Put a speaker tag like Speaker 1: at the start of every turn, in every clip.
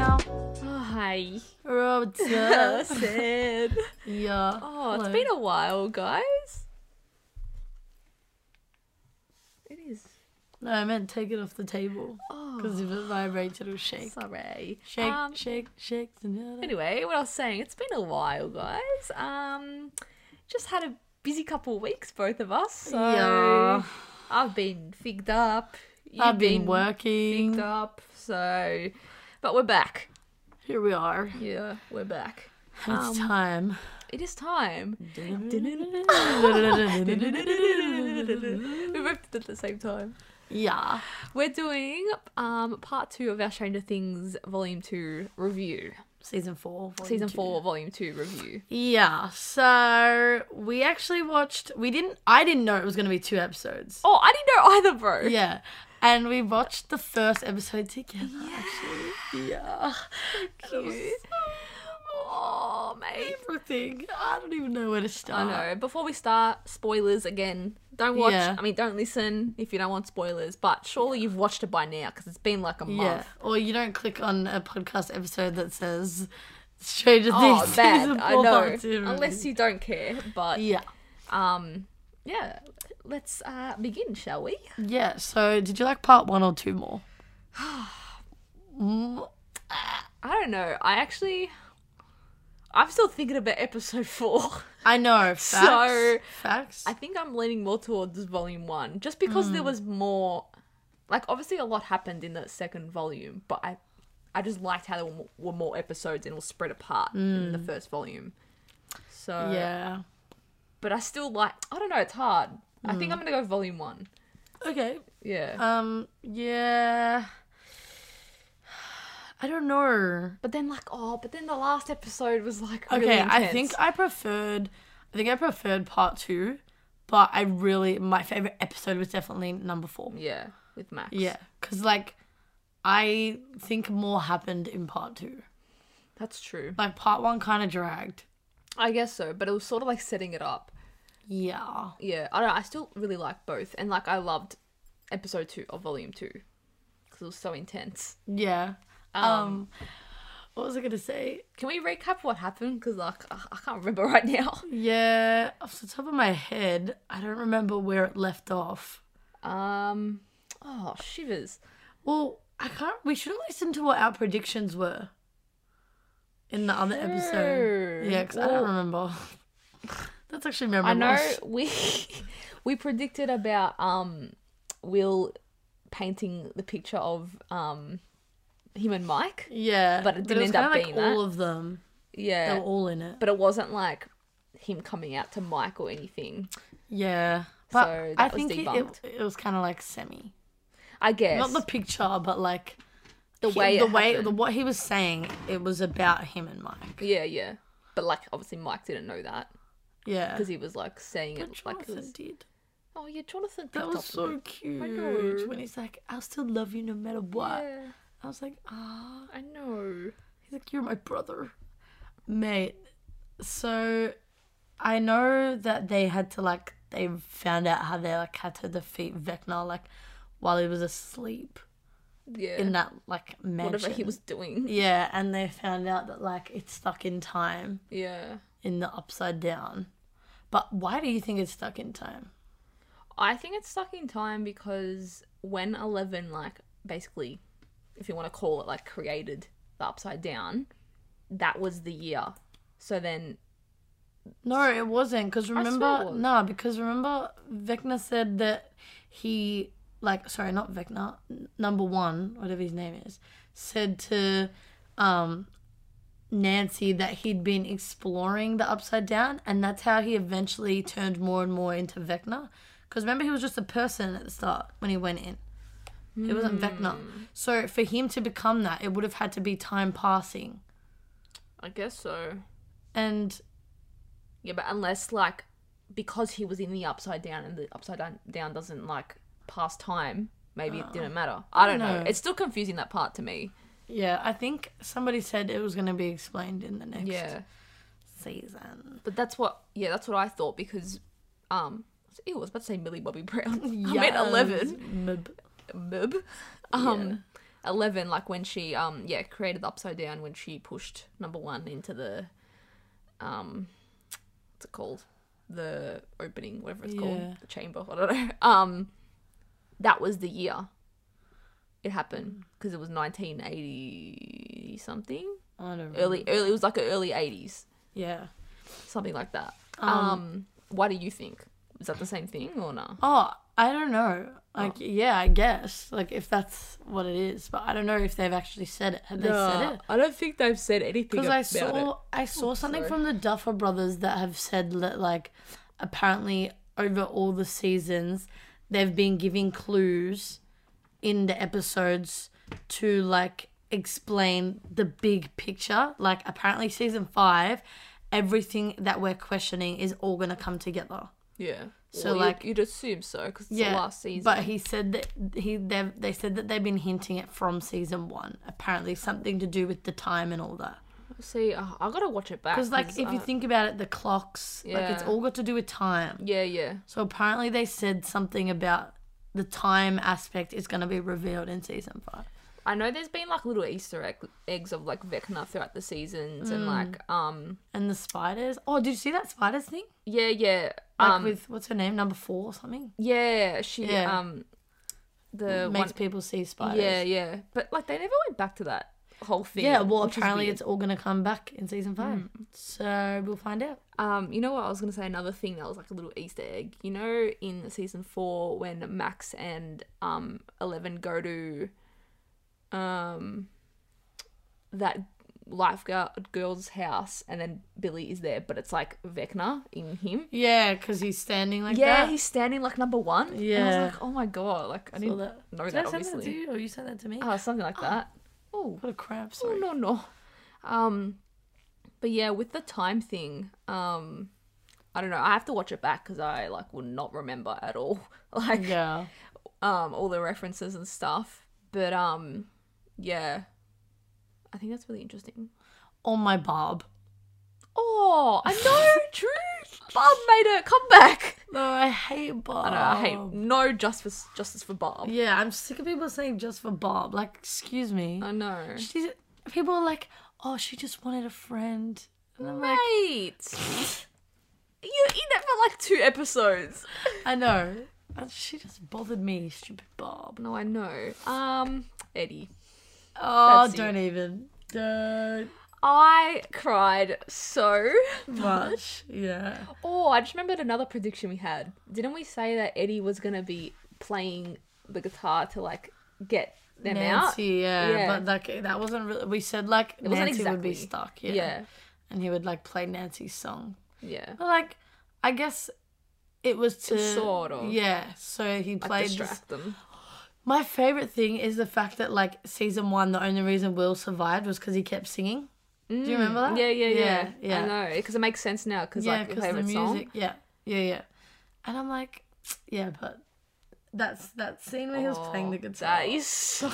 Speaker 1: Hi.
Speaker 2: Rods.
Speaker 1: Sid.
Speaker 2: yeah.
Speaker 1: Oh, it's
Speaker 2: Hello.
Speaker 1: been a while, guys. It is.
Speaker 2: No, I meant take it off the table
Speaker 1: Oh,
Speaker 2: because if it vibrates, it'll shake.
Speaker 1: sorry.
Speaker 2: Shake,
Speaker 1: Um,
Speaker 2: shake, shake. Zanata.
Speaker 1: Anyway, what I was saying, it's been a while, guys. Um, just had a busy couple of weeks, both of us. So
Speaker 2: Yeah.
Speaker 1: I've been figged up. You've
Speaker 2: I've been
Speaker 1: figged
Speaker 2: working.
Speaker 1: up. So, but we're back.
Speaker 2: Here we are.
Speaker 1: Yeah, we're back.
Speaker 2: It's
Speaker 1: Um,
Speaker 2: time.
Speaker 1: It is time. We both did it at the same time.
Speaker 2: yeah.
Speaker 1: We're doing um part two of our Stranger Things Volume Two review.
Speaker 2: Season four. volume
Speaker 1: Season
Speaker 2: two.
Speaker 1: four, Volume Two review.
Speaker 2: Yeah. So we actually watched. We didn't. I didn't know it was going to be two episodes.
Speaker 1: Oh, I didn't know either, bro.
Speaker 2: Yeah. And we watched the first episode together. Actually. Yeah. It was
Speaker 1: Cute. Oh, mate.
Speaker 2: Everything. I don't even know where to
Speaker 1: I
Speaker 2: start.
Speaker 1: know. Before we start, spoilers again. Don't watch.
Speaker 2: Yeah.
Speaker 1: I mean, don't listen if you don't want spoilers. But surely you've watched it by now because it's been like a month.
Speaker 2: Yeah. Or you don't click on a podcast episode that says Stranger Things.
Speaker 1: Oh, bad.
Speaker 2: season
Speaker 1: I
Speaker 2: four,
Speaker 1: know.
Speaker 2: part two.
Speaker 1: Unless you don't care, but
Speaker 2: Yeah.
Speaker 1: um, yeah. Let's uh begin, shall we?
Speaker 2: Yeah. So did you like part one or two more? Mm,
Speaker 1: I don't know. I actually, I'm still thinking about episode four.
Speaker 2: I know. Facts.
Speaker 1: So-
Speaker 2: facts.
Speaker 1: I think I'm leaning more towards volume one, just because there was more. Like, obviously, a lot happened in the second volume, but I, I just liked how there were more, were more episodes and it was spread apart in the first volume. So
Speaker 2: yeah.
Speaker 1: but I still like. I don't know. It's hard. I think I'm gonna go volume one.
Speaker 2: Okay.
Speaker 1: Yeah,
Speaker 2: Um. Yeah. I don't know.
Speaker 1: but then like oh, but then the last episode was like really
Speaker 2: Okay, I think
Speaker 1: intense.
Speaker 2: I preferred. I think I preferred part two, but I really my favorite episode was definitely number four.
Speaker 1: yeah with Max.
Speaker 2: Yeah, because like I think more happened in part two.
Speaker 1: that's true.
Speaker 2: Like part one kind of dragged.
Speaker 1: I guess so, but it was sort of like setting it up.
Speaker 2: Yeah,
Speaker 1: yeah, I don't know. I still really like both, and like I loved episode two of volume two because it was so intense.
Speaker 2: yeah. Um, what was I gonna say?
Speaker 1: Can we recap what happened? Because like I, I can't remember right now.
Speaker 2: Yeah, off the top of my head, I don't remember where it left off.
Speaker 1: Um, oh shivers.
Speaker 2: Well, I can't. We should have listened to what our predictions were in the other episode.
Speaker 1: Sure.
Speaker 2: Yeah, because I
Speaker 1: Well,
Speaker 2: don't remember. That's actually
Speaker 1: I
Speaker 2: memorable.
Speaker 1: know we we predicted about um Will painting the picture of um him and Mike.
Speaker 2: Yeah,
Speaker 1: But it didn't
Speaker 2: was
Speaker 1: end up
Speaker 2: kinda
Speaker 1: being
Speaker 2: like
Speaker 1: that.
Speaker 2: all of them.
Speaker 1: Yeah,
Speaker 2: They were all in it.
Speaker 1: but it wasn't like him coming out to Mike or anything.
Speaker 2: Yeah, but
Speaker 1: So
Speaker 2: I
Speaker 1: that was
Speaker 2: think it, it,
Speaker 1: debunked.
Speaker 2: it was kind of like semi,
Speaker 1: I guess
Speaker 2: not the picture, but like
Speaker 1: the
Speaker 2: he-
Speaker 1: way
Speaker 2: the
Speaker 1: it
Speaker 2: way
Speaker 1: happened.
Speaker 2: the, what he was saying. It was about him and Mike.
Speaker 1: Yeah, yeah. But like, obviously, Mike didn't know that
Speaker 2: Yeah,
Speaker 1: because he was like saying
Speaker 2: But
Speaker 1: it like, it
Speaker 2: Jonathan
Speaker 1: was,
Speaker 2: did.
Speaker 1: "Oh yeah, Jonathan."
Speaker 2: That
Speaker 1: picked
Speaker 2: was
Speaker 1: up on
Speaker 2: so
Speaker 1: it."
Speaker 2: cute.
Speaker 1: know.
Speaker 2: When he's like, "I'll still love you no matter what."
Speaker 1: Yeah,
Speaker 2: I was like, "Ah."
Speaker 1: I know.
Speaker 2: He's like, "You're my brother, mate." So, I know that they had to like they found out how they like had to defeat Vecna like while he was asleep
Speaker 1: Yeah,
Speaker 2: in that like mansion.
Speaker 1: whatever he was doing.
Speaker 2: Yeah, and they found out that like it's stuck in time
Speaker 1: Yeah,
Speaker 2: in the upside down. But why do you think it's stuck in time?
Speaker 1: I think it's stuck in time because when Eleven, like, basically, if you want to call it, like, created the Upside Down, that was the year. So then,
Speaker 2: No, it wasn't because
Speaker 1: swear it
Speaker 2: remember
Speaker 1: was.
Speaker 2: no, because remember Vecna said that he like sorry, not Vecna, n- number 1, whatever his name is, said to um Nancy that he'd been exploring the upside down and that's how he eventually turned more and more into Vecna because remember he was just a person at the start when he went in. It wasn't Vecna.
Speaker 1: Hmm.
Speaker 2: So for him to become that, it would have had to be time passing.
Speaker 1: I guess so.
Speaker 2: And
Speaker 1: Yeah, but unless like because he was in the upside down and the upside down, down doesn't like pass time, maybe it didn't matter. I don't know.
Speaker 2: Ah. No.
Speaker 1: It's still confusing that part to me.
Speaker 2: yeah, I think somebody said it was going to be explained in the next
Speaker 1: Yeah.
Speaker 2: season.
Speaker 1: But that's what, yeah, that's what I thought because, um, it was about to say Millie Bobby Brown. I meant
Speaker 2: Yes.
Speaker 1: eleven.
Speaker 2: Mib-
Speaker 1: Mib. Um, eleven, like when she, um, yeah, created the Upside Down when she pushed number one into the, um, what's it called, the opening, whatever it's
Speaker 2: Yeah.
Speaker 1: called, the chamber. I don't know. Um, that was the year it
Speaker 2: Mm.
Speaker 1: happened because it was nineteen eighty something.
Speaker 2: I don't know.
Speaker 1: Early, early. It was like an early eighties.
Speaker 2: Yeah.
Speaker 1: something like that.
Speaker 2: Um,
Speaker 1: Um, what do you think? Is that the same thing or no?
Speaker 2: Oh, I don't know. Like,
Speaker 1: Oh.
Speaker 2: yeah, I guess. Like, if that's what it is, but I don't know if they've actually said it. Have they said it?
Speaker 1: I don't think they've said anything
Speaker 2: Because I saw, I saw something
Speaker 1: sorry.
Speaker 2: from the Duffer Brothers that have said that, like, apparently over all the seasons, they've been giving clues in the episodes to like explain the big picture. Like, apparently, season five, everything that we're questioning is all gonna come together.
Speaker 1: Yeah.
Speaker 2: So,
Speaker 1: So
Speaker 2: like-
Speaker 1: like you'd assume so because it's the last season.
Speaker 2: But he said that he they they said that they've been hinting it from season one. Apparently, something to do with the time and all that.
Speaker 1: See, uh, I gotta watch it back.
Speaker 2: Because like, if
Speaker 1: uh,
Speaker 2: you think about it, the clocks, like it's
Speaker 1: Yeah.
Speaker 2: all got to do with time.
Speaker 1: yeah, yeah,
Speaker 2: So apparently, they said something about the time aspect is going to be revealed in season five.
Speaker 1: I know there's been like little Easter egg- eggs of like Vecna throughout the seasons
Speaker 2: Mm.
Speaker 1: and like um
Speaker 2: And the spiders. Oh, did you see that spiders thing?
Speaker 1: yeah yeah
Speaker 2: Like
Speaker 1: um
Speaker 2: with what's her name, number four or something.
Speaker 1: yeah she
Speaker 2: Yeah.
Speaker 1: um the one
Speaker 2: Makes people see spiders.
Speaker 1: yeah yeah but like they never went back to that whole thing.
Speaker 2: Yeah, well,
Speaker 1: which is
Speaker 2: apparently
Speaker 1: weird. Hmm.
Speaker 2: it's all going to come back in season five. So we'll find out.
Speaker 1: Um, you know what? I was gonna say another thing that was like a little Easter egg. You know, in season four when Max and um Eleven go to um that lifeguard girl's house, and then Billy is there, but it's like Vecna in him.
Speaker 2: Yeah, because he's standing like
Speaker 1: yeah,
Speaker 2: that.
Speaker 1: he's standing like number one. and I
Speaker 2: Yeah.
Speaker 1: was like, oh my god, like I
Speaker 2: Saw
Speaker 1: didn't
Speaker 2: that.
Speaker 1: know
Speaker 2: Did
Speaker 1: that
Speaker 2: I send that to
Speaker 1: obviously.
Speaker 2: you, or you sent that to me?
Speaker 1: Oh, something like that. Oh,
Speaker 2: what a crap!
Speaker 1: Oh
Speaker 2: Sorry.
Speaker 1: no no. Um but yeah, with the time thing, um I don't know. I have to watch it back cuz I like will not remember at all like
Speaker 2: Yeah.
Speaker 1: um all the references and stuff. But um yeah. I think that's really interesting.
Speaker 2: On my barb.
Speaker 1: Oh, I know. True. Bob made a comeback.
Speaker 2: No, I hate barb.
Speaker 1: I know. I hate no justice justice for Bob.
Speaker 2: Yeah, I'm sick of people saying just for barb. Like, excuse me.
Speaker 1: I know.
Speaker 2: She's, people are like, oh, she just wanted a friend. And I'm like,
Speaker 1: Mate. You're in it for like two episodes.
Speaker 2: I know. And She just bothered me, stupid barb.
Speaker 1: No, I know. Um, Eddie.
Speaker 2: Oh,
Speaker 1: That's you.
Speaker 2: don't even. Don't
Speaker 1: I cried so.
Speaker 2: much. Yeah.
Speaker 1: Oh, I just remembered another prediction we had. Didn't we say that Eddie was gonna be playing the guitar to like get them out?
Speaker 2: Nancy, yeah,
Speaker 1: Yeah.
Speaker 2: but like that wasn't really. We said like
Speaker 1: wasn't
Speaker 2: Nancy would be
Speaker 1: exactly-
Speaker 2: stuck, yeah.
Speaker 1: Yeah. yeah,
Speaker 2: and he would like play Nancy's song.
Speaker 1: yeah,
Speaker 2: But like, I guess it was to
Speaker 1: sort of.
Speaker 2: yeah. So he
Speaker 1: Like,
Speaker 2: played. this-
Speaker 1: distract them.
Speaker 2: My favorite thing is the fact that like season one, the only reason Will survived was because he kept singing. Do you remember that?
Speaker 1: Mm. Yeah, yeah, yeah,
Speaker 2: yeah.
Speaker 1: I know because it makes sense now because
Speaker 2: Yeah,
Speaker 1: like your
Speaker 2: 'cause the
Speaker 1: favorite
Speaker 2: music.
Speaker 1: song.
Speaker 2: Yeah, yeah, yeah. And I'm like, yeah, but that's that scene where he was playing the
Speaker 1: Oh,
Speaker 2: guitar.
Speaker 1: That is so.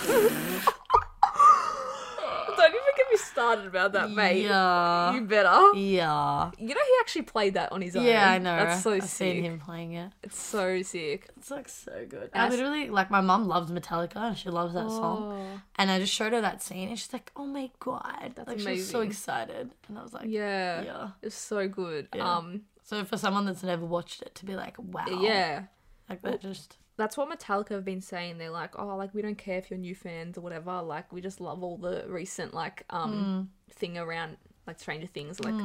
Speaker 1: Don't even get me started about that, mate.
Speaker 2: Yeah.
Speaker 1: You better.
Speaker 2: Yeah.
Speaker 1: You know he actually played that on his own.
Speaker 2: Yeah, I know.
Speaker 1: That's so
Speaker 2: I've
Speaker 1: sick.
Speaker 2: seen him playing it.
Speaker 1: It's so sick.
Speaker 2: It's like so good. I
Speaker 1: That's-
Speaker 2: literally like my mum loves Metallica and she loves that song.
Speaker 1: Oh.
Speaker 2: And I just showed her that scene and she's like, "Oh my god!"
Speaker 1: That's
Speaker 2: like she was so
Speaker 1: amazing.
Speaker 2: excited, and I was like,
Speaker 1: Oh, Yeah.
Speaker 2: yeah."
Speaker 1: It's so good.
Speaker 2: Yeah.
Speaker 1: Um
Speaker 2: So for someone that's never watched it to be like, "Wow,"
Speaker 1: yeah.
Speaker 2: like that just
Speaker 1: That's what Metallica have been saying. They're like, oh, like we don't care if you're new fans or whatever. Like we just love all the recent like um
Speaker 2: Hmm.
Speaker 1: thing around like Stranger Things. Like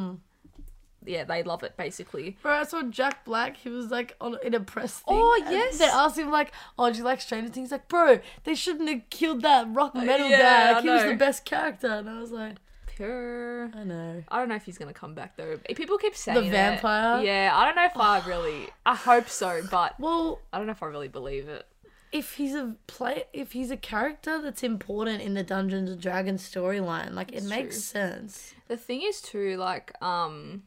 Speaker 1: yeah, they love it basically.
Speaker 2: Bro, I saw Jack Black. He was like on in a press thing.
Speaker 1: Oh,
Speaker 2: and
Speaker 1: yes.
Speaker 2: They asked him like, "Oh, do you like Stranger Things?" He's like, bro, they shouldn't have killed that rock metal
Speaker 1: yeah,
Speaker 2: guy.
Speaker 1: I
Speaker 2: Like, he was
Speaker 1: know.
Speaker 2: the best character, and I was like,
Speaker 1: Pure.
Speaker 2: I know.
Speaker 1: I don't know if he's gonna come back though. People keep saying that.
Speaker 2: vampire?
Speaker 1: Yeah, I don't know if I really. I hope so, but
Speaker 2: Well,
Speaker 1: I don't know if I really believe it.
Speaker 2: if he's a play if he's a character that's important in the Dungeons and Dragons storyline, like it makes
Speaker 1: true.
Speaker 2: sense.
Speaker 1: The thing is too, like, um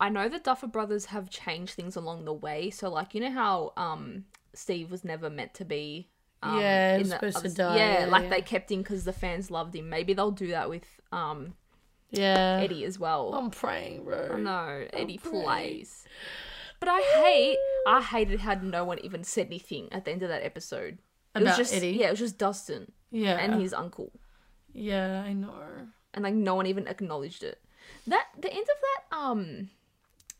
Speaker 1: I know the Duffer brothers have changed things along the way. So like you know how um Steve was never meant to be um,
Speaker 2: Yeah, he
Speaker 1: in
Speaker 2: was
Speaker 1: the
Speaker 2: supposed to
Speaker 1: others-
Speaker 2: die,
Speaker 1: Yeah,
Speaker 2: yeah,
Speaker 1: like
Speaker 2: yeah.
Speaker 1: they kept him because the fans loved him. Maybe they'll do that with um
Speaker 2: Yeah.
Speaker 1: Eddie as well.
Speaker 2: I'm praying, bro.
Speaker 1: No, Eddie
Speaker 2: great.
Speaker 1: plays. But I hate, I hated how no one even said anything at the end of that episode. It was
Speaker 2: About
Speaker 1: just,
Speaker 2: Eddie?
Speaker 1: Yeah, it was just Dustin
Speaker 2: Yeah.
Speaker 1: and his uncle,
Speaker 2: yeah, I know.
Speaker 1: and like no one even acknowledged it. That the end of that, um,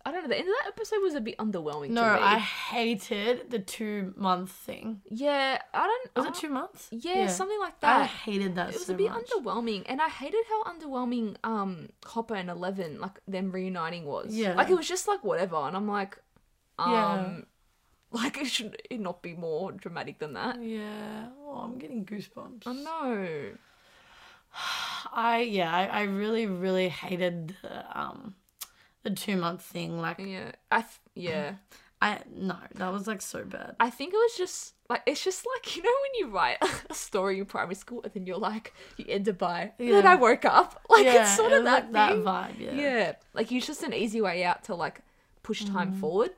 Speaker 1: I don't know. The end of that episode was a bit underwhelming.
Speaker 2: No,
Speaker 1: to me.
Speaker 2: I hated the two month thing.
Speaker 1: yeah, I don't.
Speaker 2: Was
Speaker 1: I
Speaker 2: it
Speaker 1: don't-
Speaker 2: two months?
Speaker 1: Ah, Yeah, something like
Speaker 2: I
Speaker 1: that.
Speaker 2: hated that.
Speaker 1: It was
Speaker 2: so
Speaker 1: a bit
Speaker 2: much.
Speaker 1: underwhelming, and I hated how underwhelming um Hopper and Eleven, like them reuniting, was.
Speaker 2: Yeah.
Speaker 1: like it was just like whatever, and I'm like, um,
Speaker 2: Yeah.
Speaker 1: like it should it not be more dramatic than that?
Speaker 2: Yeah. Oh, I'm getting goosebumps.
Speaker 1: I know.
Speaker 2: uh, I yeah, I, I really really hated the um the two month thing. Like
Speaker 1: Yeah, I th- yeah,
Speaker 2: I no, that was like so bad.
Speaker 1: I think it was just like it's just like you know when you write a story in primary school and then you're like you end it by and then
Speaker 2: Yeah.
Speaker 1: I woke up like
Speaker 2: yeah,
Speaker 1: it's sort
Speaker 2: it
Speaker 1: of
Speaker 2: was,
Speaker 1: that
Speaker 2: like, that
Speaker 1: thing.
Speaker 2: vibe.
Speaker 1: yeah.
Speaker 2: Yeah. yeah,
Speaker 1: like it's just an easy way out to like push time
Speaker 2: Mm-hmm.
Speaker 1: forward.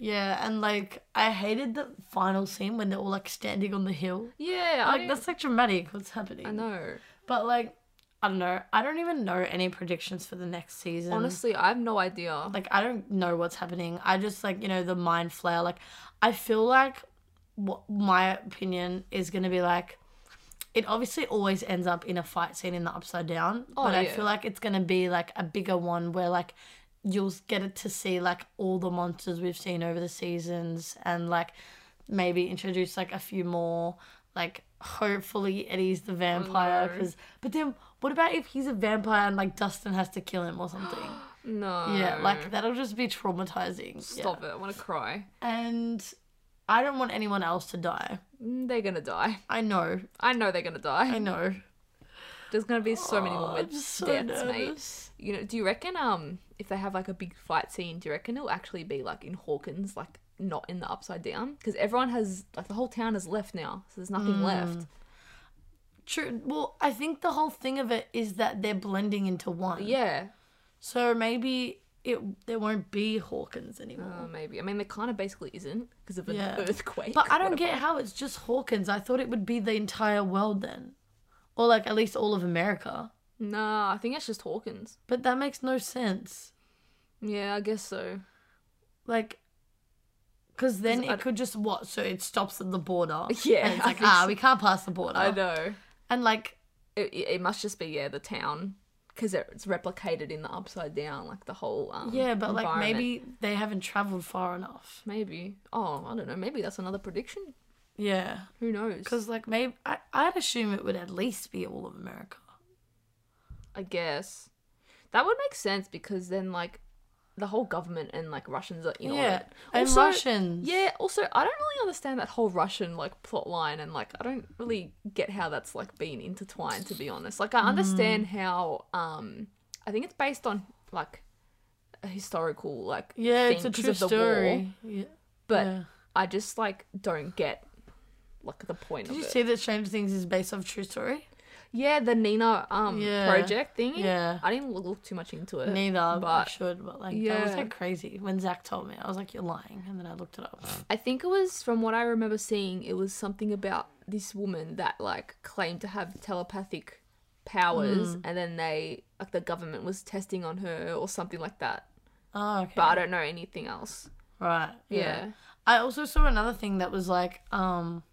Speaker 2: and like I hated the final scene when they're all like standing on the hill.
Speaker 1: Yeah, I
Speaker 2: Like
Speaker 1: don't-
Speaker 2: that's like dramatic. What's happening?
Speaker 1: I know.
Speaker 2: But like, I don't know. I don't even know any predictions for the next season.
Speaker 1: Honestly, I have no idea.
Speaker 2: like I don't know what's happening. I just like you know the mind flare. Like I feel like what my opinion is gonna be like. It obviously always ends up in a fight scene in the upside down,
Speaker 1: Oh,
Speaker 2: but I
Speaker 1: yeah.
Speaker 2: feel like it's gonna be like a bigger one where like you'll get to see like all the monsters we've seen over the seasons and like maybe introduce like a few more. Like hopefully Eddie's the vampire,
Speaker 1: Oh, no.
Speaker 2: because but then what about if he's a vampire and like Dustin has to kill him or something?
Speaker 1: No.
Speaker 2: Yeah, like that'll just be traumatizing.
Speaker 1: stop it. I want to cry.
Speaker 2: And I don't want anyone else to die.
Speaker 1: Mm, They're gonna die.
Speaker 2: I know.
Speaker 1: I know they're gonna
Speaker 2: I
Speaker 1: die.
Speaker 2: know.
Speaker 1: There's gonna be so many more
Speaker 2: Oh, I'm
Speaker 1: deaths,
Speaker 2: so
Speaker 1: mate.
Speaker 2: nervous.
Speaker 1: You know? Do you reckon um if they have like a big fight scene, do you reckon it'll actually be like in Hawkins, like not in the Upside Down? Because everyone has like the whole town has left now, so there's
Speaker 2: Hmm.
Speaker 1: nothing left.
Speaker 2: True. Well, I think the whole thing of it is that they're blending into one.
Speaker 1: Yeah.
Speaker 2: So maybe it there won't be Hawkins anymore.
Speaker 1: Uh, maybe. I mean, there kind of basically isn't because of an
Speaker 2: Yeah.
Speaker 1: earthquake.
Speaker 2: but I don't
Speaker 1: Mm. What
Speaker 2: get how it's just Hawkins. I thought it would be the entire world then, or like at least all of
Speaker 1: a-
Speaker 2: America.
Speaker 1: Nah, I think it's just Hawkins.
Speaker 2: But that makes no sense.
Speaker 1: Yeah, I guess so.
Speaker 2: Like, because then
Speaker 1: 'Cause I
Speaker 2: it could just what? So it stops at the border.
Speaker 1: Yeah,
Speaker 2: and
Speaker 1: I
Speaker 2: it's like
Speaker 1: think
Speaker 2: ah,
Speaker 1: so.
Speaker 2: we can't pass the border.
Speaker 1: I know.
Speaker 2: And like,
Speaker 1: Uh, it, it it must just be yeah the town because it's replicated in the upside down like the whole um,
Speaker 2: yeah, but like
Speaker 1: environment.
Speaker 2: maybe they haven't traveled far enough.
Speaker 1: maybe oh I don't know maybe that's another prediction
Speaker 2: Yeah,
Speaker 1: who knows
Speaker 2: because like maybe I, I'd assume it would at least be all of America.
Speaker 1: I guess that would make sense because then like the whole government and like Russians are in on
Speaker 2: yeah,
Speaker 1: it
Speaker 2: and
Speaker 1: Also-
Speaker 2: Russians.
Speaker 1: yeah also I don't really understand that whole Russian like plot line and like I don't really get how that's like been intertwined to be honest like I understand
Speaker 2: Mm.
Speaker 1: how um I think it's based on like a historical like
Speaker 2: yeah,
Speaker 1: thing
Speaker 2: it's a
Speaker 1: 'cause
Speaker 2: true
Speaker 1: of the war.
Speaker 2: story. Yeah,
Speaker 1: but
Speaker 2: yeah.
Speaker 1: I just like don't get like the point
Speaker 2: did
Speaker 1: of
Speaker 2: you
Speaker 1: it.
Speaker 2: see that Stranger Things is based off true story?
Speaker 1: yeah, the Nina um
Speaker 2: Yeah.
Speaker 1: project thing.
Speaker 2: Yeah.
Speaker 1: I didn't look, look too much into it.
Speaker 2: Neither, but I
Speaker 1: but-
Speaker 2: should. But like, that was
Speaker 1: Yeah.
Speaker 2: like crazy when Zach told me. I was like, "You're lying," and then I looked it up.
Speaker 1: I think it was from what I remember seeing. It was something about this woman that like claimed to have telepathic powers,
Speaker 2: Mm.
Speaker 1: and then they like the government was testing on her or something like that.
Speaker 2: Oh, okay.
Speaker 1: But I don't know anything else.
Speaker 2: Right.
Speaker 1: Yeah.
Speaker 2: I also saw another thing that was like um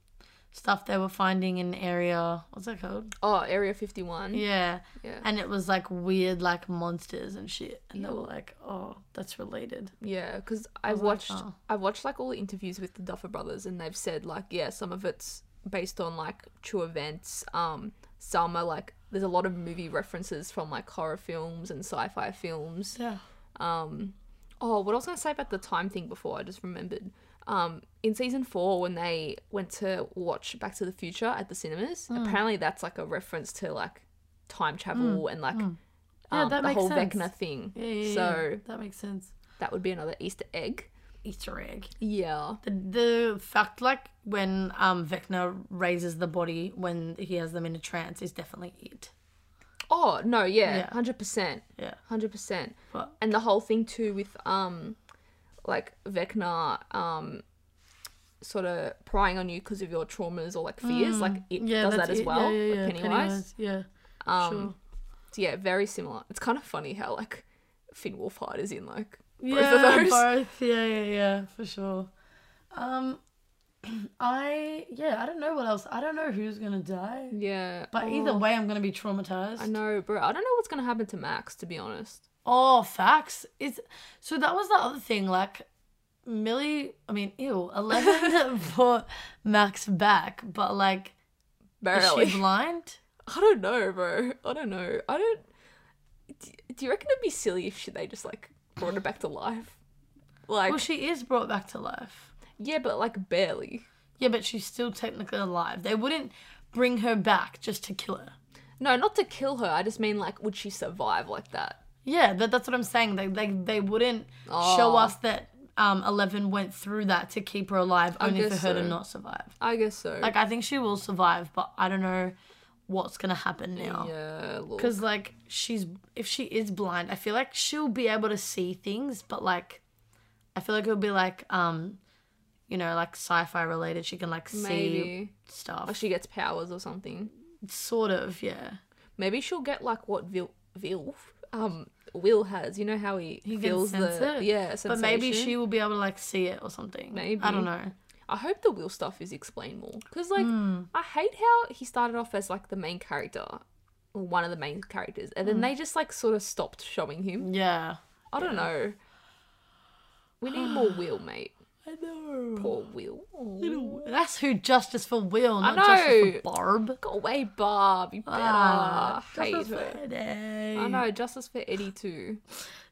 Speaker 2: stuff they were finding in area what's that called?
Speaker 1: Oh, Area Fifty One.
Speaker 2: Yeah.
Speaker 1: Yeah.
Speaker 2: And it was like weird like monsters and shit. And they
Speaker 1: Ew.
Speaker 2: were like, Oh, that's related.
Speaker 1: Yeah, because I,
Speaker 2: was like,
Speaker 1: watched
Speaker 2: oh.
Speaker 1: I watched like all the interviews with the Duffer Brothers, and they've said like yeah, some of it's based on like true events. Um, some are like there's a lot of movie references from like horror films and sci-fi films.
Speaker 2: Yeah.
Speaker 1: Um, oh, what I was gonna say about the time thing before, I just remembered. Um, in season four, when they went to watch Back to the Future at the cinemas,
Speaker 2: Hmm.
Speaker 1: apparently that's like a reference to like time travel and like
Speaker 2: Hmm. Yeah,
Speaker 1: um,
Speaker 2: that
Speaker 1: the
Speaker 2: makes
Speaker 1: whole
Speaker 2: sense.
Speaker 1: Vecna thing.
Speaker 2: Yeah, yeah,
Speaker 1: so
Speaker 2: yeah. that makes sense.
Speaker 1: that would be another Easter egg.
Speaker 2: Easter egg.
Speaker 1: Yeah.
Speaker 2: The the fact like when um Vecna raises the body when he has them in a trance is definitely it.
Speaker 1: Oh no, yeah,
Speaker 2: Yeah.
Speaker 1: hundred percent,
Speaker 2: Yeah.
Speaker 1: hundred percent.
Speaker 2: But
Speaker 1: And the whole thing too with um, like Vecna um, sort of prying on you because of your traumas or like fears, like it
Speaker 2: Hmm. yeah,
Speaker 1: does
Speaker 2: that's
Speaker 1: that as
Speaker 2: it.
Speaker 1: well.
Speaker 2: Yeah, yeah,
Speaker 1: with
Speaker 2: yeah.
Speaker 1: Pennywise.
Speaker 2: Yeah.
Speaker 1: Um,
Speaker 2: sure.
Speaker 1: yeah, very similar. It's kind of funny how like Finn Wolfhard is in like both
Speaker 2: yeah,
Speaker 1: of those.
Speaker 2: both. Yeah, yeah, yeah, for sure. Um, I yeah, I don't know what else. I don't know who's gonna die,
Speaker 1: yeah,
Speaker 2: but either
Speaker 1: oh,
Speaker 2: way, I'm gonna be traumatized.
Speaker 1: I know, bro. I don't know what's gonna happen to Max. To be honest,
Speaker 2: Oh, facts. It's so that was the other thing. Like Millie, I mean, ew, Eleven brought Max back, but like,
Speaker 1: barely.
Speaker 2: is she blind?
Speaker 1: I don't know, bro. I don't know. I don't. D- Do you reckon it'd be silly if she, they just like brought her back to life? Like,
Speaker 2: Well, she is brought back to life.
Speaker 1: yeah, but like barely.
Speaker 2: Yeah, but she's still technically alive. They wouldn't bring her back just to kill her.
Speaker 1: No, not to kill her. I just mean like, would she survive like that?
Speaker 2: Yeah, that, that's what I'm saying. They they, they wouldn't
Speaker 1: Oh.
Speaker 2: show us that um, Eleven went through that to keep her alive, only for her
Speaker 1: guess
Speaker 2: to
Speaker 1: so.
Speaker 2: not survive.
Speaker 1: I guess so.
Speaker 2: Like I think she will survive, but I don't know what's gonna happen now.
Speaker 1: yeah, look.
Speaker 2: Because like she's if she is blind, I feel like she'll be able to see things, but like I feel like it'll be like um, you know, like sci-fi related. She can like see
Speaker 1: maybe
Speaker 2: stuff.
Speaker 1: or she gets powers or something.
Speaker 2: sort of, yeah.
Speaker 1: Maybe she'll get like what Vil, Vil um Will has. You know how he,
Speaker 2: can
Speaker 1: feels
Speaker 2: sense
Speaker 1: the
Speaker 2: it?
Speaker 1: yeah
Speaker 2: But
Speaker 1: sensation.
Speaker 2: maybe she will be able to like see it or something.
Speaker 1: Maybe.
Speaker 2: I don't know.
Speaker 1: I hope the Will stuff is explained more because like
Speaker 2: Hmm.
Speaker 1: I hate how he started off as like the main character, or one of the main characters, and
Speaker 2: Hmm.
Speaker 1: then they just like sort of stopped showing him.
Speaker 2: Yeah.
Speaker 1: I don't know. We need more Will, mate.
Speaker 2: I know.
Speaker 1: Poor Will. Aw.
Speaker 2: That's who justice for Will,
Speaker 1: I
Speaker 2: not justice
Speaker 1: know.
Speaker 2: for Barb.
Speaker 1: Go away, Barb. You better.
Speaker 2: Ah,
Speaker 1: hate
Speaker 2: justice
Speaker 1: her.
Speaker 2: for Eddie.
Speaker 1: I know. Justice for Eddie too.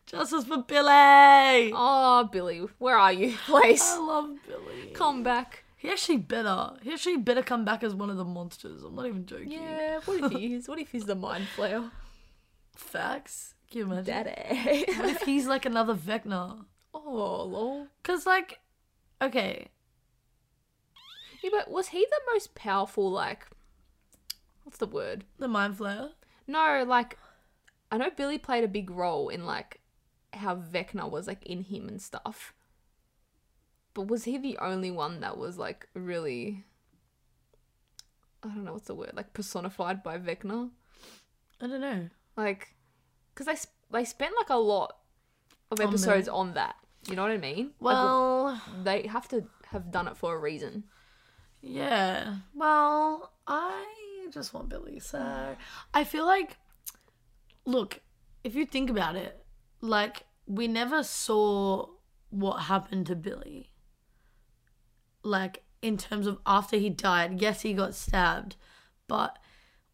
Speaker 2: Justice for Billy.
Speaker 1: Oh, Billy, where are you? Please
Speaker 2: I love Billy.
Speaker 1: come back.
Speaker 2: He actually better. He actually better come back as one of the monsters. I'm not even joking.
Speaker 1: Yeah. What if he is? What if he's the Mind Flayer?
Speaker 2: Facts. Can you imagine?
Speaker 1: Daddy.
Speaker 2: What if he's like another Vecna?
Speaker 1: oh, lol.
Speaker 2: Cause like, okay,
Speaker 1: Yeah, but was he the most powerful? Like, what's the word?
Speaker 2: the Mind Flayer.
Speaker 1: No, like, I know Billy played a big role in like how Vecna was like in him and stuff. But was he the only one that was like really? I don't know what's the word like personified by Vecna.
Speaker 2: I don't know.
Speaker 1: like because they, sp- they spent like a lot of
Speaker 2: On the-
Speaker 1: episodes on that you know what i mean
Speaker 2: Well,
Speaker 1: like, they have to have done it for a reason
Speaker 2: yeah. Well, I just want Billy. So I feel like, look, if you think about it, like we never saw what happened to Billy. Like in terms of after he died, yes, he got stabbed, but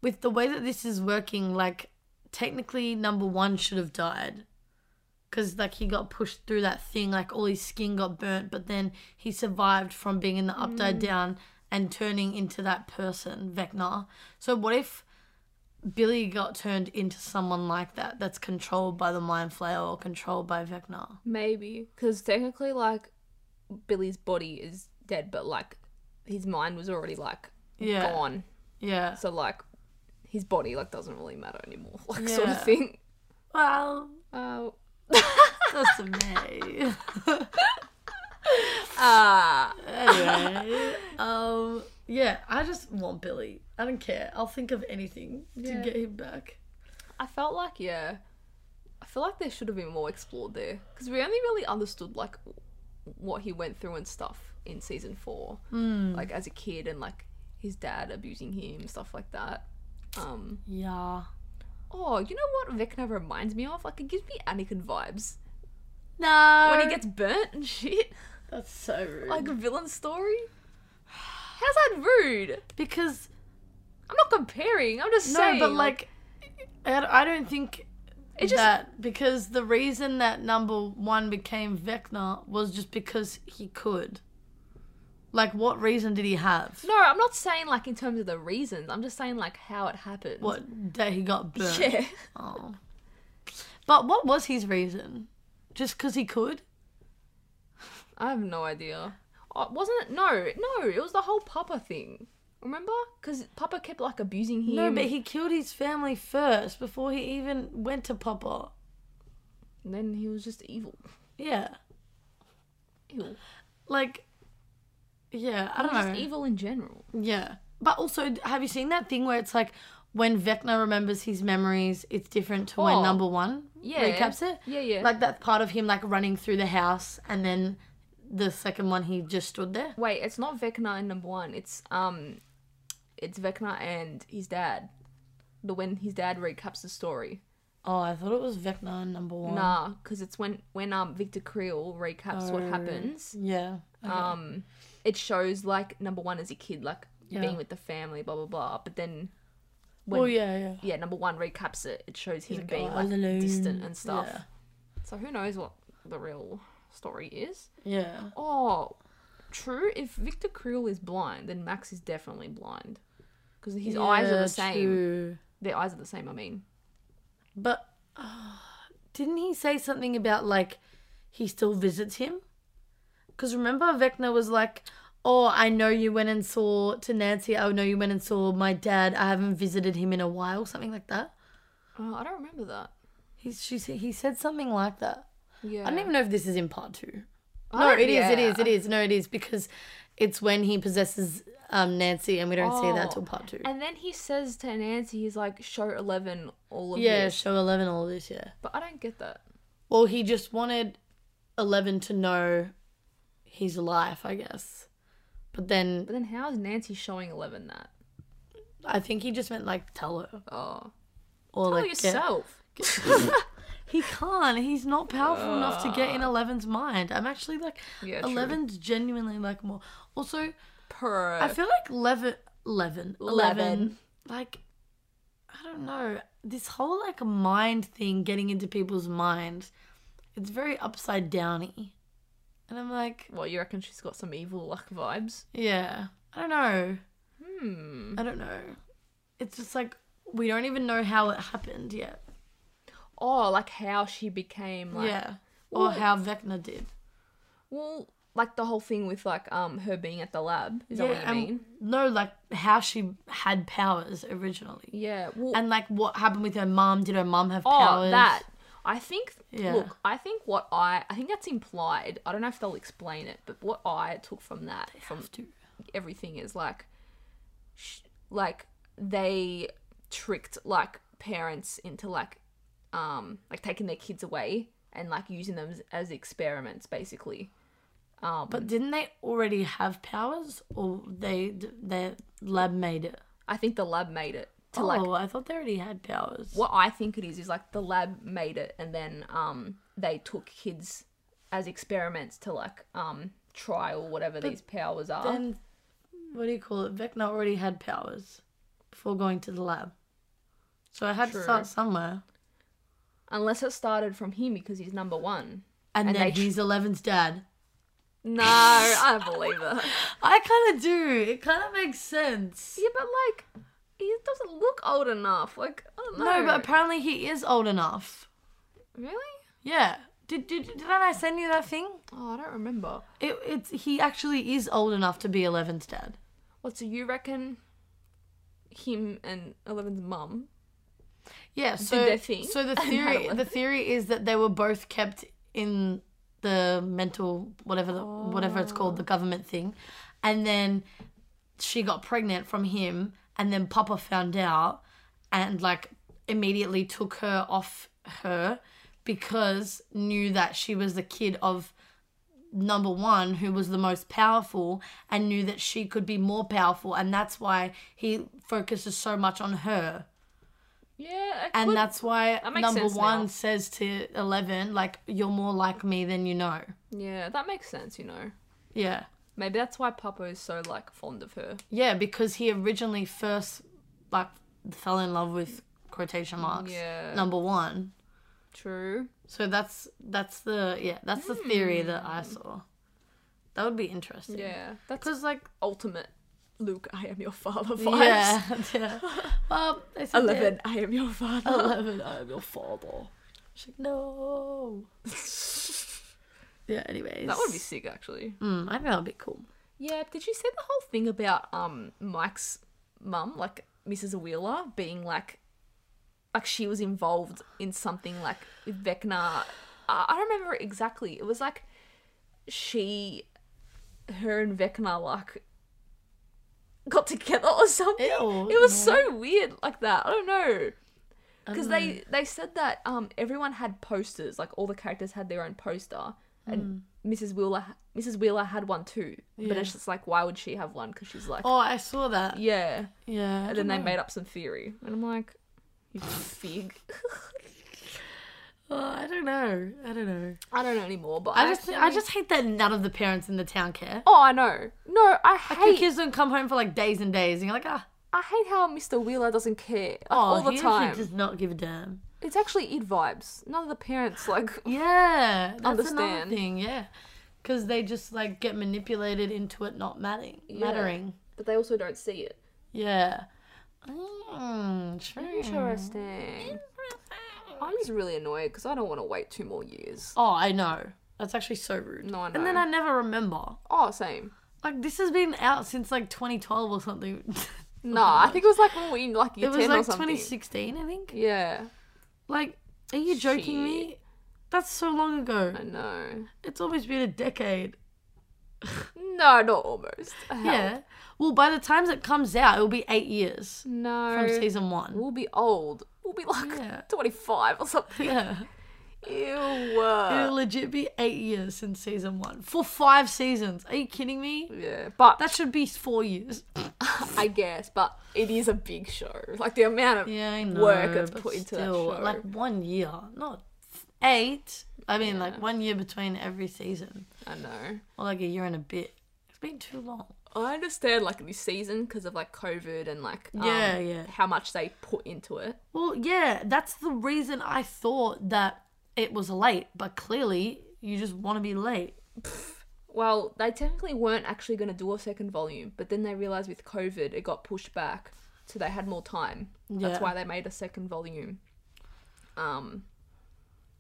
Speaker 2: with the way that this is working, like technically number one should have died. Cause like he got pushed through that thing, like all his skin got burnt, but then he survived from being in the upside
Speaker 1: Mm.
Speaker 2: down and turning into that person, Vecna. So what if Billy got turned into someone like that that's controlled by the Mind Flayer or controlled by Vecna?
Speaker 1: maybe because technically like billy's body is dead but like his mind was already like
Speaker 2: Yeah.
Speaker 1: gone
Speaker 2: Yeah.
Speaker 1: so like his body like doesn't really matter anymore like sort of
Speaker 2: Yeah.
Speaker 1: thing
Speaker 2: Well,
Speaker 1: oh
Speaker 2: that's me.
Speaker 1: ah
Speaker 2: anyway, um, yeah, I just want Billy. I don't care. I'll think of anything
Speaker 1: Yeah.
Speaker 2: to get him back.
Speaker 1: i felt like yeah i feel like there should have been more explored there because we only really understood like what he went through and stuff in season four, like as a kid and like his dad abusing him, stuff like that. Um,
Speaker 2: Yeah.
Speaker 1: oh, you know what Vecna reminds me of? Like it gives me Anakin vibes
Speaker 2: No.
Speaker 1: when he gets burnt and shit,
Speaker 2: that's so rude.
Speaker 1: like a villain story. How's that rude?
Speaker 2: because
Speaker 1: I'm not comparing. I'm just
Speaker 2: no,
Speaker 1: saying.
Speaker 2: but like, I don't- I don't think
Speaker 1: it just
Speaker 2: that because the reason that number one became Vecna was just because he could. Like, what reason did he have?
Speaker 1: no. I'm not saying like in terms of the reasons. I'm just saying like how it happened.
Speaker 2: What that he got burnt?
Speaker 1: Yeah.
Speaker 2: Oh. But what was his reason? Just because he could?
Speaker 1: I have no idea. Oh, wasn't it? No, no, it was the whole Papa thing. Remember? Because Papa kept like abusing him.
Speaker 2: No, but he killed his family first before he even went to Papa.
Speaker 1: And then he was just evil.
Speaker 2: Yeah.
Speaker 1: Ew.
Speaker 2: Like, yeah, I
Speaker 1: He was
Speaker 2: don't know.
Speaker 1: just evil in general.
Speaker 2: Yeah. But also, have you seen that thing where it's like, when Vecna remembers his memories, it's different to when
Speaker 1: Oh.
Speaker 2: number one
Speaker 1: Yeah.
Speaker 2: recaps it.
Speaker 1: Yeah, yeah.
Speaker 2: Like that's part of him like running through the house and then the second one he just stood there.
Speaker 1: Wait, it's not Vecna and number one. It's um, it's Vecna and his dad. The when his dad recaps the story.
Speaker 2: Oh, I thought it was Vecna and number one.
Speaker 1: Nah, because it's when when um Victor Creel recaps what
Speaker 2: Oh.
Speaker 1: happens.
Speaker 2: Yeah. Okay.
Speaker 1: Um, it shows like number one as a kid, like
Speaker 2: Yeah.
Speaker 1: being with the family, blah blah blah. But then when
Speaker 2: oh yeah, yeah.
Speaker 1: yeah, number one recaps it. It shows him
Speaker 2: like,
Speaker 1: being
Speaker 2: "Oh, I
Speaker 1: like
Speaker 2: was alone."
Speaker 1: distant and stuff.
Speaker 2: Yeah.
Speaker 1: So who knows what the real story is?
Speaker 2: Yeah.
Speaker 1: Oh, true. If Victor Creel is blind, then Max is definitely blind because his eyes are
Speaker 2: Yeah,
Speaker 1: the same.
Speaker 2: true.
Speaker 1: Their eyes are the same. I mean,
Speaker 2: But uh, didn't he say something about like he still visits him? Because remember, Vecna was like, "Oh, I know you went and saw to Nancy. I know you went and saw my dad. I haven't visited him in a while. Something like that."
Speaker 1: oh, I don't remember that.
Speaker 2: He she said- he said something like that.
Speaker 1: Yeah,
Speaker 2: I don't even know if this is in part two.
Speaker 1: I
Speaker 2: No,
Speaker 1: don't-
Speaker 2: it is. It
Speaker 1: yeah.
Speaker 2: is. It is. No, it is because it's when he possesses um, Nancy, and we don't see that
Speaker 1: Oh,
Speaker 2: till part two.
Speaker 1: And then he says to Nancy, he's like, "Show eleven all of
Speaker 2: Yeah,
Speaker 1: yeah,
Speaker 2: show eleven. All this. Yeah.
Speaker 1: But I don't get that.
Speaker 2: Well, he just wanted Eleven to know his life, I guess. But then
Speaker 1: But then how is Nancy showing eleven that?
Speaker 2: I think he just meant like tell her
Speaker 1: Oh,
Speaker 2: or
Speaker 1: tell
Speaker 2: like get-
Speaker 1: yourself.
Speaker 2: he can't. He's not powerful enough to get in Eleven's mind. I'm actually like
Speaker 1: Ah. Yeah, true.
Speaker 2: Eleven's genuinely like more. Also,
Speaker 1: Per.
Speaker 2: I feel like Levin, Levin, Eleven,
Speaker 1: Levin.
Speaker 2: like I don't know. This whole like mind thing getting into people's mind, it's very upside downy, and I'm like.
Speaker 1: what you reckon? She's got some evil luck vibes.
Speaker 2: Yeah. I don't know.
Speaker 1: Hmm.
Speaker 2: I don't know. It's just like we don't even know how it happened yet.
Speaker 1: Oh, like how she became like.
Speaker 2: yeah. Or
Speaker 1: Well-
Speaker 2: how Vecna did.
Speaker 1: Well, like the whole thing with like um her being at the lab. Is that what you
Speaker 2: and-
Speaker 1: mean?
Speaker 2: No, like how she had powers originally.
Speaker 1: Yeah. Well,
Speaker 2: And like what happened with her mom? Did her mom have
Speaker 1: oh,
Speaker 2: powers?
Speaker 1: that. I think.
Speaker 2: Yeah.
Speaker 1: Look, I think what I I think that's implied. I don't know if they'll explain it, but what I took from that from
Speaker 2: Have to-
Speaker 1: everything is like, sh- like they tricked like parents into like, um, like taking their kids away and like using them as, as experiments, basically. Um,
Speaker 2: But didn't they already have powers, or they their lab made it?
Speaker 1: I think the lab made it to
Speaker 2: oh,
Speaker 1: like
Speaker 2: I thought they already had powers.
Speaker 1: what I think it is is like the lab made it and then um they took kids as experiments to like um try or whatever these powers are.
Speaker 2: Then, what do you call it? Vecna already had powers before going to the lab. So I had
Speaker 1: True.
Speaker 2: to start somewhere.
Speaker 1: Unless it started from him because he's number one.
Speaker 2: And,
Speaker 1: And
Speaker 2: then
Speaker 1: they tr-
Speaker 2: he's Eleven's dad.
Speaker 1: No, I don't believe it.
Speaker 2: I kind of do. It kind of makes sense.
Speaker 1: Yeah, but like he doesn't look old enough. Like I don't know.
Speaker 2: No, but apparently he is old enough.
Speaker 1: really?
Speaker 2: Yeah. Did, did didn't I send you that thing?
Speaker 1: Oh, I don't remember.
Speaker 2: It, it's he actually is old enough to be Eleven's dad.
Speaker 1: What? So you reckon him and Eleven's mum?
Speaker 2: Yeah. So
Speaker 1: their thing
Speaker 2: so the
Speaker 1: and had
Speaker 2: theory
Speaker 1: 11.
Speaker 2: the theory is that they were both kept in the mental whatever the, whatever it's
Speaker 1: Oh.
Speaker 2: called the government thing, and then she got pregnant from him, and then Papa found out, and like immediately took her off her because knew that she was the kid of number one who was the most powerful and knew that she could be more powerful and that's why he focuses so much on her
Speaker 1: Yeah, it
Speaker 2: and
Speaker 1: could-
Speaker 2: that's why
Speaker 1: makes
Speaker 2: number
Speaker 1: sense
Speaker 2: one
Speaker 1: now.
Speaker 2: says to Eleven, like, you're more like me than you know.
Speaker 1: yeah, that makes sense. You know,
Speaker 2: Yeah.
Speaker 1: maybe that's why Papa is so like fond of her.
Speaker 2: Yeah, because he originally first, like, fell in love with quotation marks.
Speaker 1: Yeah.
Speaker 2: Number one.
Speaker 1: True.
Speaker 2: So that's, that's the, yeah, that's the theory that I saw. That would be interesting.
Speaker 1: Hmm. Yeah, that's
Speaker 2: Because, like,
Speaker 1: ultimate. Luke, I am your father vibes.
Speaker 2: yeah. yeah. Well, they said they-
Speaker 1: Eleven, I am your father.
Speaker 2: Eleven, I am your father. She's like, no. yeah, anyways.
Speaker 1: That would be sick, actually.
Speaker 2: Mm, I think that would be cool.
Speaker 1: Yeah. Did you see the whole thing about um Mike's mum, like Mrs. Wheeler, being like, like she was involved in something like with Vecna? I I don't remember exactly. It was like she, her and Vecna like got together or something.
Speaker 2: Ew,
Speaker 1: it was
Speaker 2: no.
Speaker 1: so weird like that. I don't know.
Speaker 2: I
Speaker 1: Because
Speaker 2: don't
Speaker 1: they, they said that um everyone had posters, like all the characters had their own poster, and Mrs. Wheeler Mrs. Wheeler had one too. But
Speaker 2: Hmm. Yeah.
Speaker 1: it's just like, why would she have one? Because she's like,
Speaker 2: Oh, I saw that. Yeah.
Speaker 1: yeah.
Speaker 2: I
Speaker 1: And then
Speaker 2: don't
Speaker 1: they
Speaker 2: know.
Speaker 1: made up some theory, and I'm like, you fig.
Speaker 2: Oh, I don't know. I don't know.
Speaker 1: I don't know anymore. But
Speaker 2: I just I
Speaker 1: actually-
Speaker 2: just hate that none of the parents in the town care.
Speaker 1: oh I know. No, I
Speaker 2: Like, your
Speaker 1: hate
Speaker 2: kids don't come home for like days and days, and you're like, ah,
Speaker 1: I hate how Mr. Wheeler doesn't care like,
Speaker 2: oh,
Speaker 1: all the
Speaker 2: he actually
Speaker 1: time.
Speaker 2: does not give a damn.
Speaker 1: It's actually id vibes. None of the parents like
Speaker 2: Yeah, that's
Speaker 1: Understand.
Speaker 2: another thing. Yeah, because they just like get manipulated into it not mattering. Mattering.
Speaker 1: but they also don't see it.
Speaker 2: Yeah. Mm, true.
Speaker 1: Interesting. I'm just really annoyed because I don't want to wait two more years.
Speaker 2: Oh, I know. That's actually so rude.
Speaker 1: No, I
Speaker 2: And then
Speaker 1: know.
Speaker 2: I never remember.
Speaker 1: Oh, same.
Speaker 2: Like this has been out since like 2012 or something.
Speaker 1: No, I think it was like when we were in like year
Speaker 2: it was
Speaker 1: ten or
Speaker 2: like
Speaker 1: something.
Speaker 2: 2016, I think.
Speaker 1: Yeah,
Speaker 2: Like, are you joking me? That's so long ago.
Speaker 1: I know.
Speaker 2: It's almost been a decade.
Speaker 1: No, not almost. Hell.
Speaker 2: Yeah. Well, by the time it comes out, it'll be eight years
Speaker 1: No.
Speaker 2: from season one.
Speaker 1: We'll be old. We'll be like
Speaker 2: Yeah.
Speaker 1: 25 or something.
Speaker 2: Yeah.
Speaker 1: Ew.
Speaker 2: It'll legit be eight years since season one. For five seasons. Are you kidding me?
Speaker 1: yeah, but
Speaker 2: That should be four years.
Speaker 1: I guess, but it is a big show. Like the amount of
Speaker 2: Yeah, I know.
Speaker 1: work it's
Speaker 2: but
Speaker 1: put into that
Speaker 2: still,
Speaker 1: show.
Speaker 2: Like one year, not f- eight. I mean, like one year between every season,
Speaker 1: I know.
Speaker 2: or like a year and a bit. It's been too long.
Speaker 1: I understand like this season because of like COVID and like um,
Speaker 2: Yeah, yeah.
Speaker 1: how much they put into it.
Speaker 2: Well, yeah, that's the reason I thought that it was late, but clearly you just want to be late.
Speaker 1: Well, they technically weren't actually going to do a second volume, but then they realized with COVID it got pushed back, so they had more time.
Speaker 2: Yeah.
Speaker 1: That's why they made a second volume. Um,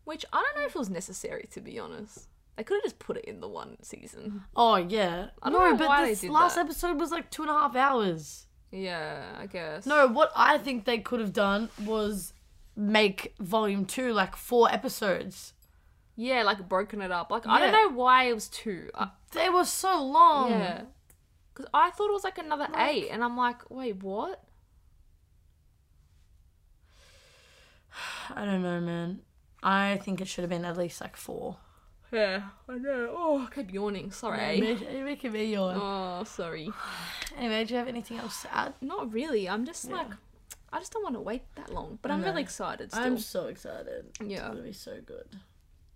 Speaker 1: which I don't know if it was necessary to be honest. They could have just put it in the one season.
Speaker 2: Oh yeah,
Speaker 1: I don't
Speaker 2: no,
Speaker 1: know
Speaker 2: but
Speaker 1: why they
Speaker 2: this
Speaker 1: did
Speaker 2: last
Speaker 1: that.
Speaker 2: episode was like two and a half hours.
Speaker 1: Yeah, I guess.
Speaker 2: No, what I think they could have done was make volume two like four episodes.
Speaker 1: Yeah, like broken it up. Like I don't
Speaker 2: Yeah.
Speaker 1: know why it was two. I,
Speaker 2: They were so long.
Speaker 1: Yeah. Because I thought it was like another eight, and I'm like, wait, what?
Speaker 2: I don't know, man. I think it should have been at least like four.
Speaker 1: Yeah, I know. Oh, I kept yawning. Sorry.
Speaker 2: You're you're making me yawn.
Speaker 1: Oh, sorry.
Speaker 2: Anyway, do you have anything else to add?
Speaker 1: Not really. I'm just like, I just don't want to wait that long. But I'm really excited still.
Speaker 2: so excited.
Speaker 1: Yeah.
Speaker 2: gonna be so good.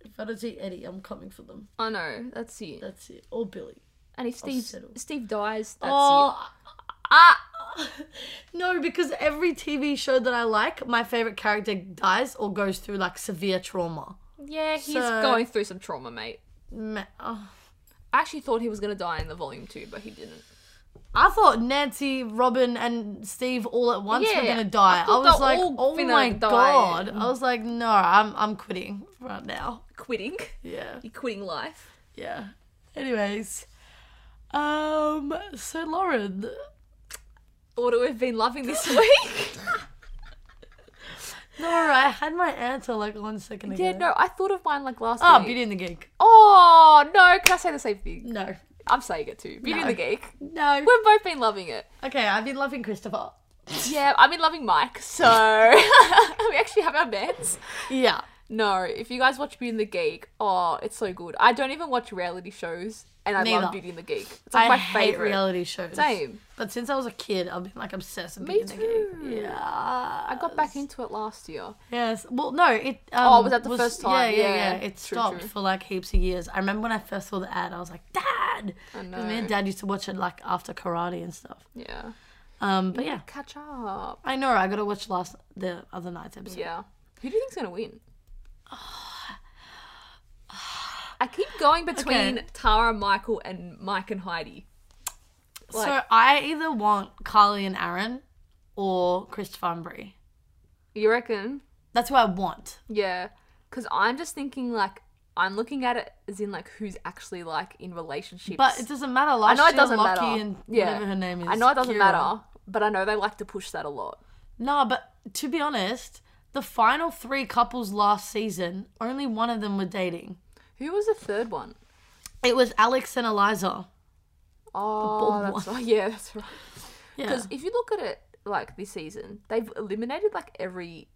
Speaker 2: If I don't see Eddie, I'm coming for them.
Speaker 1: I know. That's it.
Speaker 2: That's it. Or Billy.
Speaker 1: And if Steve
Speaker 2: settle.
Speaker 1: Steve dies, that's it.
Speaker 2: oh,
Speaker 1: Ah.
Speaker 2: no, because every TV show that I like, my favorite character dies or goes through like severe trauma.
Speaker 1: Yeah, he's
Speaker 2: So-
Speaker 1: going through some trauma, mate.
Speaker 2: Ma- oh.
Speaker 1: I actually thought he was gonna die in the volume two, but he didn't.
Speaker 2: I thought Nancy, Robin, and Steve all at once were
Speaker 1: Yeah,
Speaker 2: gonna die.
Speaker 1: I
Speaker 2: I,
Speaker 1: thought
Speaker 2: was
Speaker 1: they're
Speaker 2: like,
Speaker 1: all
Speaker 2: oh
Speaker 1: finna
Speaker 2: my
Speaker 1: die."
Speaker 2: god! I was like, no, I'm I'm quitting right now.
Speaker 1: Quitting.
Speaker 2: Yeah,
Speaker 1: He quitting life.
Speaker 2: yeah. Anyways, um, so Lauren,
Speaker 1: What we've been loving this week.
Speaker 2: Laura, I had my answer like one second ago.
Speaker 1: yeah, no, I thought of mine like last
Speaker 2: Oh,
Speaker 1: week. Mm.
Speaker 2: Beauty and the Geek.
Speaker 1: Oh no! Can I say the same thing?
Speaker 2: No,
Speaker 1: I'm saying it too. Beauty
Speaker 2: No.
Speaker 1: and the Geek.
Speaker 2: no.
Speaker 1: We've both been loving it.
Speaker 2: Okay, I've been loving Christopher.
Speaker 1: Yeah, I've been loving Mike. So we actually have our meds.
Speaker 2: Yeah.
Speaker 1: No, if you guys watch Beauty and the Geek, oh, it's so good. I don't even watch reality shows, and I
Speaker 2: Neither.
Speaker 1: love Beauty and the Geek. It's like
Speaker 2: I
Speaker 1: my
Speaker 2: hate
Speaker 1: favorite.
Speaker 2: reality shows.
Speaker 1: Same.
Speaker 2: But since I was a kid, I've been like obsessed with
Speaker 1: Me
Speaker 2: Beauty and the
Speaker 1: too.
Speaker 2: Geek. Yeah.
Speaker 1: I got back into it last year.
Speaker 2: Yes. Well, no. It. Um,
Speaker 1: Oh, was that the first time?
Speaker 2: Yeah, yeah, yeah.
Speaker 1: Yeah.
Speaker 2: It
Speaker 1: True,
Speaker 2: stopped
Speaker 1: true.
Speaker 2: for like heaps of years. I remember when I first saw the ad, I was like, "Dad!"
Speaker 1: I
Speaker 2: 'Cause Me and
Speaker 1: know.
Speaker 2: Dad used to watch it like after karate and stuff.
Speaker 1: Yeah.
Speaker 2: Um, but yeah,
Speaker 1: Catch up.
Speaker 2: I know. I gotta watch last the other night's episode.
Speaker 1: Yeah. Who do you think's gonna win? I keep going between Tara, Michael, and Mike and Heidi.
Speaker 2: so I either want Carly and Aaron or Christopher and Brie.
Speaker 1: You reckon?
Speaker 2: That's what I want.
Speaker 1: Yeah, because I'm just thinking like I'm looking at it as in like who's actually like in relationships.
Speaker 2: But it doesn't matter.
Speaker 1: I
Speaker 2: Last
Speaker 1: know it
Speaker 2: year,
Speaker 1: doesn't
Speaker 2: Lucky
Speaker 1: matter.
Speaker 2: and
Speaker 1: yeah,
Speaker 2: whatever her name is.
Speaker 1: I know it doesn't
Speaker 2: Kira.
Speaker 1: matter, but I know they like to push that a lot.
Speaker 2: No, but to be honest, the final three couples last season, only one of them were dating.
Speaker 1: Who was the third one?
Speaker 2: It was Alex and Eliza.
Speaker 1: Oh, that's right. yeah, that's right.
Speaker 2: Yeah.
Speaker 1: Because if you look at it like this season, they've eliminated like every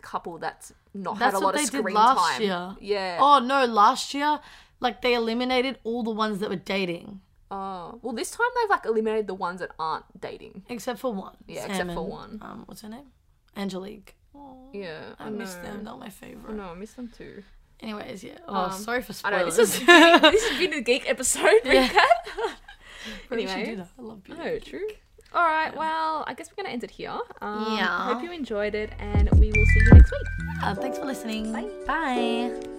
Speaker 1: couple that's not
Speaker 2: That's
Speaker 1: had a lot
Speaker 2: what they
Speaker 1: of
Speaker 2: did
Speaker 1: screen
Speaker 2: last
Speaker 1: time.
Speaker 2: year.
Speaker 1: Yeah.
Speaker 2: Oh no, last year, like they eliminated all the ones that were dating,
Speaker 1: Oh. Well, this time they've like eliminated the ones that aren't dating.
Speaker 2: except for one.
Speaker 1: Yeah, except for
Speaker 2: Salmon.
Speaker 1: one.
Speaker 2: Um, what's her name? Angelique. Oh,
Speaker 1: Yeah.
Speaker 2: I, miss them.
Speaker 1: know.
Speaker 2: They're my favorite.
Speaker 1: Oh, No, I miss them too.
Speaker 2: Anyways, yeah. Oh,
Speaker 1: Um,
Speaker 2: sorry for
Speaker 1: I know. This
Speaker 2: spoilers.
Speaker 1: is this has been a geek episode
Speaker 2: Yeah.
Speaker 1: recap.
Speaker 2: Probably should
Speaker 1: anyway.
Speaker 2: do that. I love beauty.
Speaker 1: Oh, true. All right. Well, I guess we're gonna end it here. Um,
Speaker 2: Yeah.
Speaker 1: Hope you enjoyed it, and we will see you next week.
Speaker 2: Uh, thanks for listening.
Speaker 1: Bye.
Speaker 2: Bye.